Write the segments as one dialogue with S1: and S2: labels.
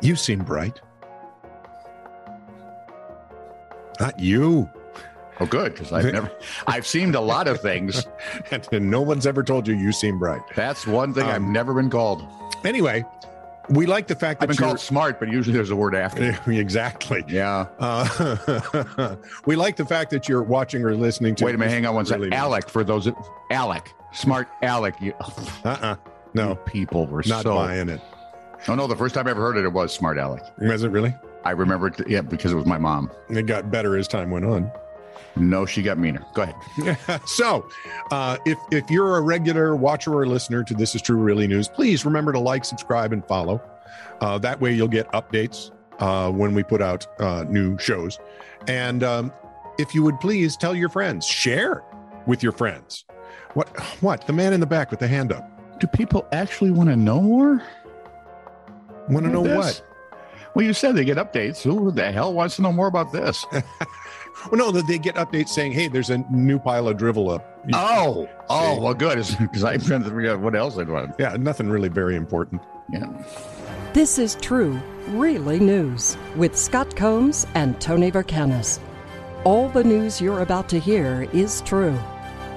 S1: You seem bright. Not you.
S2: Oh, good, because I've never, I've seen a lot of things.
S1: And, and no one's ever told you you seem bright.
S2: That's one thing
S1: Um,
S2: I've never been called.
S1: Anyway, we like the fact
S2: I've
S1: that
S2: been
S1: you're
S2: called smart, but usually there's a word after. it.
S1: exactly.
S2: Yeah.
S1: Uh, we like the fact that you're watching or listening to.
S2: Wait a minute, hang on one second.
S1: Really nice.
S2: Alec, for those, that- Alec, smart Alec. You,
S1: Uh-uh.
S2: you
S1: No,
S2: people were
S1: not
S2: so.
S1: buying it.
S2: Oh no, the first time I ever heard it, it was smart Alec.
S1: Is it really?
S2: I remember it, yeah, because it was my mom.
S1: It got better as time went on.
S2: No, she got meaner. Go ahead.
S1: so, uh, if if you're a regular watcher or listener to This Is True Really News, please remember to like, subscribe, and follow. Uh, that way, you'll get updates uh, when we put out uh, new shows. And um, if you would please tell your friends, share with your friends. What what the man in the back with the hand up?
S2: Do people actually want to know more?
S1: Want to know
S2: This?
S1: what?
S2: Well, you said they get updates. Who the hell wants to know more about this?
S1: Well, no, that they get updates saying, "Hey, there's a new pile of drivel up."
S2: Oh, oh,
S1: See?
S2: well, good. Because I'm trying to figure out what else I'd want.
S1: yeah, nothing really very important.
S2: Yeah.
S3: This is True, Really News with Scott Combs and Tony Vercanis. All the news you're about to hear is true,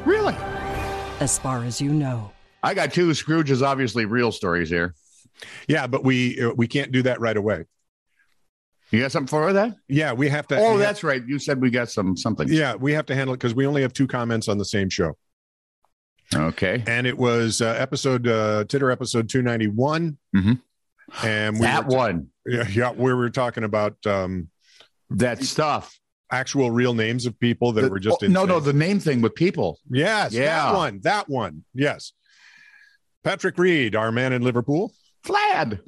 S2: Really?
S3: as far as you know.
S2: I got two Scrooge's, obviously real stories here.
S1: Yeah, but we uh, we can't do that right away.
S2: You got something for that?
S1: Yeah, we have to.
S2: Oh,
S1: we have-
S2: that's right. You said we got some something.
S1: Yeah, we have to handle it because we only have two comments on the same show.
S2: Okay.
S1: And it was uh, episode uh, Titter episode 291.
S2: Mhm.
S1: And we
S2: That
S1: were
S2: one.
S1: yeah, yeah, we were talking about um,
S2: That stuff.
S1: actual real names of people that
S2: The-
S1: were just
S2: oh, no, no,
S1: insane.
S2: the name thing with people.
S1: yes,
S2: Yeah.
S1: that one, that one, yes. Patrick Reed, our man in Liverpool,
S2: Vlad.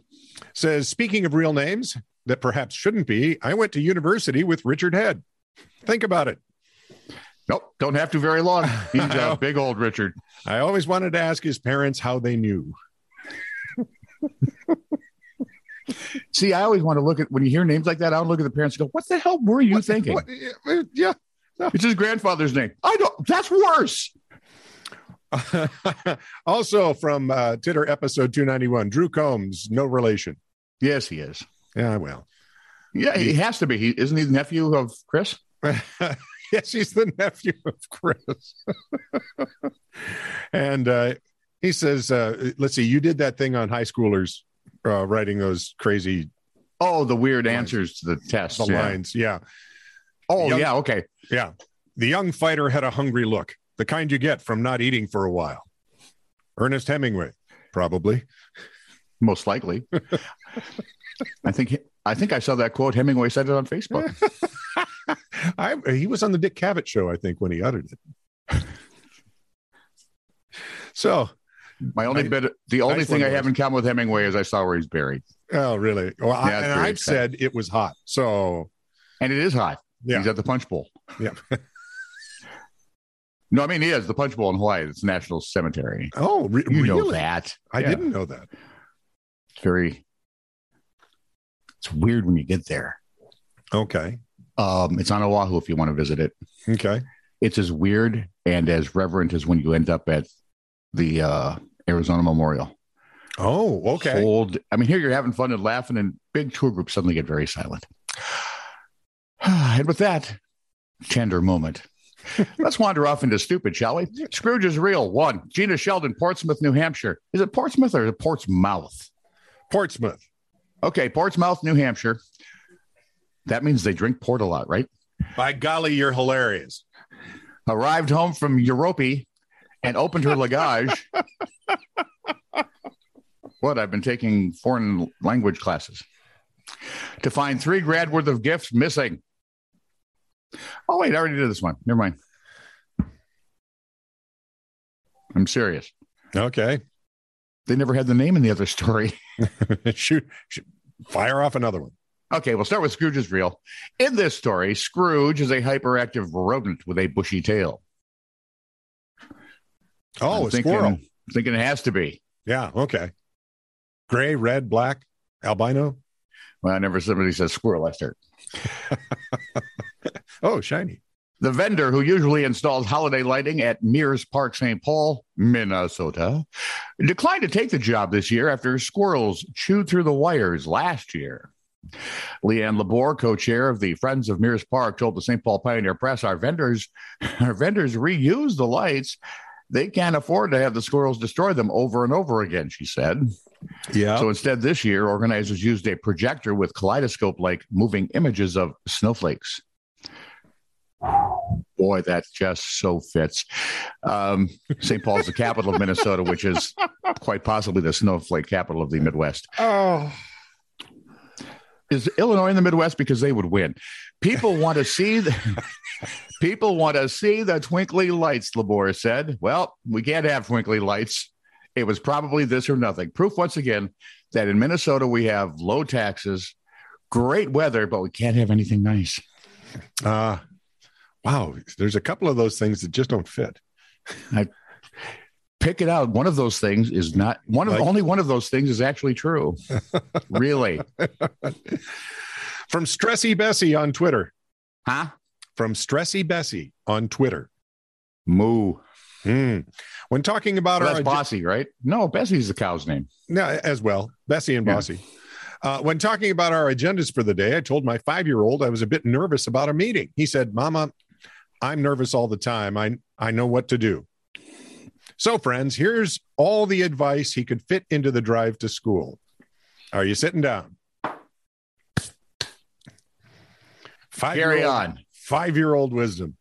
S1: says speaking of real names that perhaps shouldn't be, I went to university with Richard Head. Think about it.
S2: Nope. Don't have to very long. He's a big old Richard.
S1: I always wanted to ask his parents how they knew.
S2: See, I always want to look at when you hear names like that, I would look at the parents and go, What the hell were you
S1: What-
S2: thinking?
S1: what- yeah,
S2: It's his grandfather's name. I don't that's worse.
S1: also from uh, Titter episode 291, Drew Combs, no relation.
S2: Yes, he is.
S1: Yeah, well.
S2: Yeah, he has to be. He isn't he the nephew of Chris?
S1: yes, he's the nephew of Chris. and uh, he says, uh, let's see, you did that thing on high schoolers uh, writing those crazy
S2: Oh, the weird
S1: Lines.
S2: answers to the tests.
S1: the
S2: yeah.
S1: lines. Yeah.
S2: Oh,
S1: Young-
S2: yeah, okay.
S1: Yeah. The young fighter had a hungry look, the kind you get from not eating for a while. Ernest Hemingway, probably.
S2: Most likely. I think I think I saw that quote. Hemingway said it on Facebook.
S1: I, he was on the Dick Cavett show, I think, when he uttered it. so,
S2: My only
S1: Nice-
S2: bit, the only
S1: nice
S2: thing I
S1: one,
S2: have in common with Hemingway is I saw where he's buried,
S1: oh, really? Well, I,
S2: Yeah, it's
S1: and
S2: very
S1: I've
S2: exciting.
S1: said it was hot. So,
S2: and it is hot.
S1: Yeah.
S2: He's at the Punch Bowl.
S1: Yeah.
S2: no, I mean he is the Punch Bowl in Hawaii. It's a National Cemetery.
S1: oh, re-
S2: You
S1: really?
S2: know that.
S1: I
S2: Yeah.
S1: didn't know that.
S2: It's very. It's weird when you get there.
S1: Okay.
S2: Um, it's on Oahu if you want to visit it.
S1: Okay.
S2: It's as weird and as reverent as when you end up at the uh, Arizona Memorial.
S1: Oh, okay.
S2: Cold. I mean, here you're having fun and laughing, and big tour groups suddenly get very silent. and with that tender moment, let's wander off into stupid, shall we? Scrooge is real. One, Gina Sheldon, Portsmouth, New Hampshire. Is it Portsmouth or is it Portsmouth?
S1: Portsmouth.
S2: Okay, Portsmouth, New Hampshire. That means they drink port a lot, right?
S1: By golly, you're hilarious.
S2: Arrived home from Europe and opened her luggage. what? I've been taking foreign language classes to find three grand worth of gifts missing. Oh, wait, I already did this one. Never mind. I'm serious.
S1: Okay.
S2: They never had the name in the other story.
S1: shoot, shoot. Fire off another one.
S2: Okay, we'll start with Scrooge's reel. In this story, Scrooge is a hyperactive rodent with a bushy tail.
S1: Oh,
S2: I'm
S1: a squirrel.
S2: Thinking it has to be.
S1: Yeah. Okay. Gray, red, black, albino.
S2: Well, whenever somebody says squirrel, I start.
S1: Oh, shiny.
S2: The vendor who usually installs holiday lighting at Mears Park, St. Paul, Minnesota, declined to take the job this year after squirrels chewed through the wires last year. Leanne Labor, co-chair of the Friends of Mears Park, told the St. Paul Pioneer Press, "Our vendors, our vendors reuse the lights. They can't afford to have the squirrels destroy them over and over again." She said.
S1: Yeah.
S2: So instead, this year, organizers used a projector with kaleidoscope like moving images of snowflakes. Boy, that just so fits. Um, St. Paul's the capital of Minnesota, which is quite possibly the snowflake capital of the Midwest.
S1: oh.
S2: Is Illinois in the Midwest because they would win? People want to see the people want to see the twinkly lights. Labor said. Well, we can't have twinkly lights. It was probably this or nothing. Proof once again that in Minnesota we have low taxes, great weather, but we can't have anything nice.
S1: Uh, wow. There's a couple of those things that just don't fit.
S2: pick it out. One of those things is not one of
S1: Like-
S2: only one of those things is actually true. really?
S1: From Stressy Bessie on Twitter.
S2: Huh?
S1: From Stressy Bessie on Twitter.
S2: Moo.
S1: Hmm. When talking about
S2: Well,
S1: our
S2: that's Bossy, right? No, Bessie's the cow's name.
S1: No, as well, Bessie and
S2: Yeah.
S1: Bossy. Uh, when talking about our agendas for the day, I told my five year old I was a bit nervous about a meeting. He said, Mama, I'm nervous all the time. I, I know what to do. So, friends, here's all the advice he could fit into the drive to school. Are you sitting down? Five
S2: Carry on.
S1: Five year old wisdom.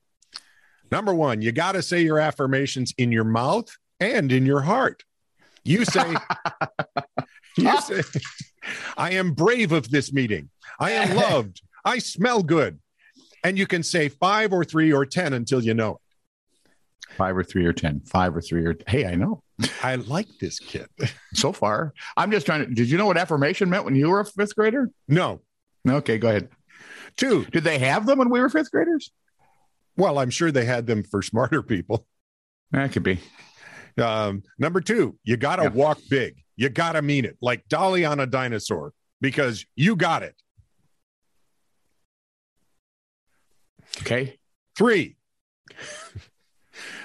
S1: Number one, you got to say your affirmations in your mouth and in your heart. You say, you say, I am brave of this meeting. I am loved. I smell good. And you can say five or three or 10 until you know
S2: Five or three or ten. Five or three or hey, I know.
S1: it. I like this kid.
S2: So far. I'm just trying to did you know what affirmation meant when you were a fifth grader?
S1: No.
S2: Okay, go ahead.
S1: Two.
S2: Did they have them when we were fifth graders?
S1: Well, I'm sure they had them for smarter people.
S2: That could be.
S1: Um, number two, you got to
S2: Yeah.
S1: walk big. You got to mean it like Dolly on a dinosaur because you got it.
S2: Okay.
S1: Three,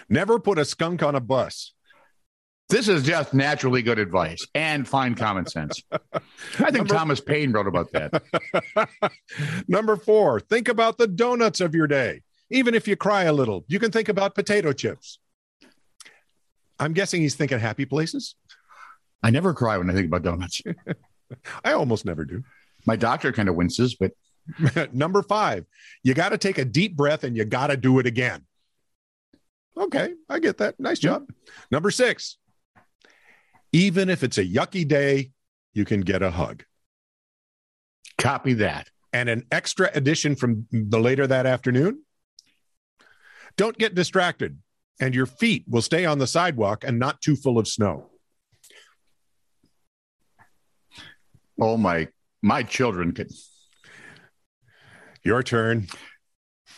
S1: never put a skunk on a bus.
S2: This is just naturally good advice and fine common sense. I think
S1: Number-
S2: Thomas Paine wrote about that.
S1: Number four, think about the donuts of your day. Even if you cry a little, you can think about potato chips. I'm guessing he's thinking happy places.
S2: I never cry when I think about donuts.
S1: I almost never do.
S2: My doctor kind of winces, but
S1: Number five, you got to take a deep breath and you got to do it again. Okay, I get that. Nice job. Number six, even if it's a yucky day, you can get a hug.
S2: copy that.
S1: and an extra edition from the later that afternoon. Don't get distracted, and your feet will stay on the sidewalk and not too full of snow.
S2: Oh my my children could
S1: Your turn.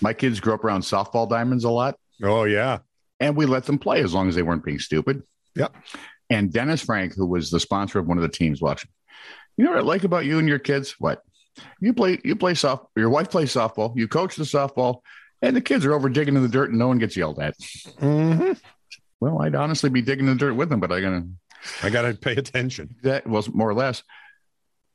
S2: my kids grew up around softball diamonds a lot
S1: Oh, yeah.
S2: and we let them play as long as they weren't being stupid.
S1: Yep.
S2: And Dennis Frank, who was the sponsor of one of the teams watching, you know what I like about you and your kids? What? You play you play soft your wife plays softball, you coach the softball, and the kids are over digging in the dirt and no one gets yelled at.
S1: Mhm.
S2: Well, I'd honestly be digging in the dirt with them, but I gotta
S1: I got to pay attention.
S2: that was more or less.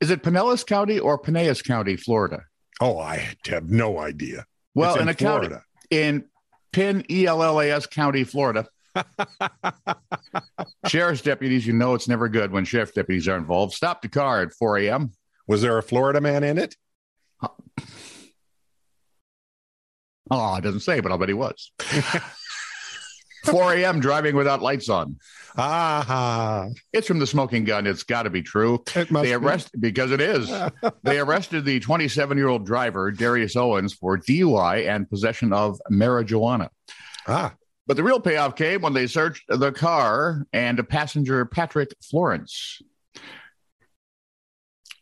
S2: Is it Pinellas County or Pinellas County, Florida?
S1: Oh, I have no idea.
S2: Well,
S1: It's
S2: in, a county
S1: Florida.
S2: in E Pin ELLAS County, Florida. Sheriff's deputies, you know it's never good when sheriff's deputies are involved. Stop the car at 4 a.m.
S1: Was there a Florida man in it?
S2: Oh, it doesn't say, but I'll bet he was. 4 a.m. driving without lights on.
S1: Ah,
S2: It's from the smoking gun. It's got to be true.
S1: it must
S2: They
S1: be.
S2: arrested because it is. they arrested the 27 year old driver, Darius Owens, for DUI and possession of marijuana.
S1: Ah,
S2: But the real payoff came when they searched the car and passenger Patrick Florence.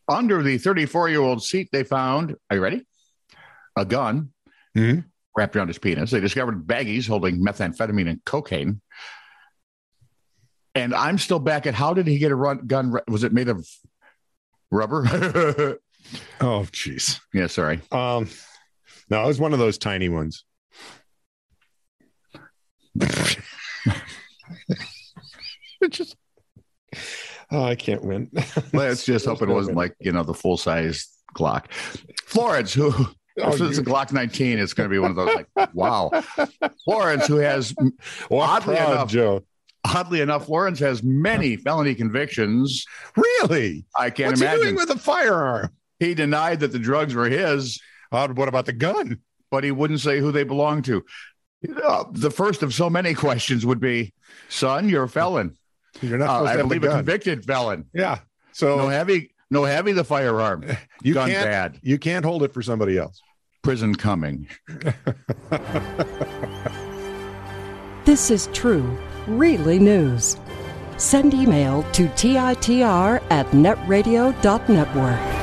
S2: Under the 34 year old seat, they found, are you ready? A gun
S1: Mhm.
S2: wrapped around his penis. They discovered baggies holding methamphetamine and cocaine. And I'm still back at how did he get a run, gun? wra- Was it made of rubber?
S1: oh, jeez.
S2: yeah, sorry.
S1: Um, no, it was one of those tiny ones. It's just, oh, I can't win.
S2: Let's just hope it
S1: no
S2: wasn't
S1: win.
S2: like, you know, the full size Glock. Florence, who
S1: Oh,
S2: if it's a
S1: you-
S2: Glock 19, it's going to be one of those like, wow. Florence, who has
S1: wow,
S2: oddly enough-
S1: Joe.
S2: oddly enough, Florence has many felony convictions.
S1: Really?
S2: I can't
S1: What's he
S2: imagine.
S1: doing with a firearm?
S2: he denied that the drugs were his,
S1: Uh, what about the gun?
S2: but he wouldn't say who they belonged to. Uh, the first of so many questions would be, son, you're a felon.
S1: You're not
S2: Uh,
S1: supposed
S2: I
S1: to have the
S2: believe a
S1: gun.
S2: convicted felon.
S1: yeah. So
S2: No heavy, no heavy the firearm.
S1: you
S2: Gun
S1: can't
S2: bad.
S1: you can't hold it for somebody else.
S2: Prison coming.
S3: This is true, really news. Send email to TITR at netradio.network.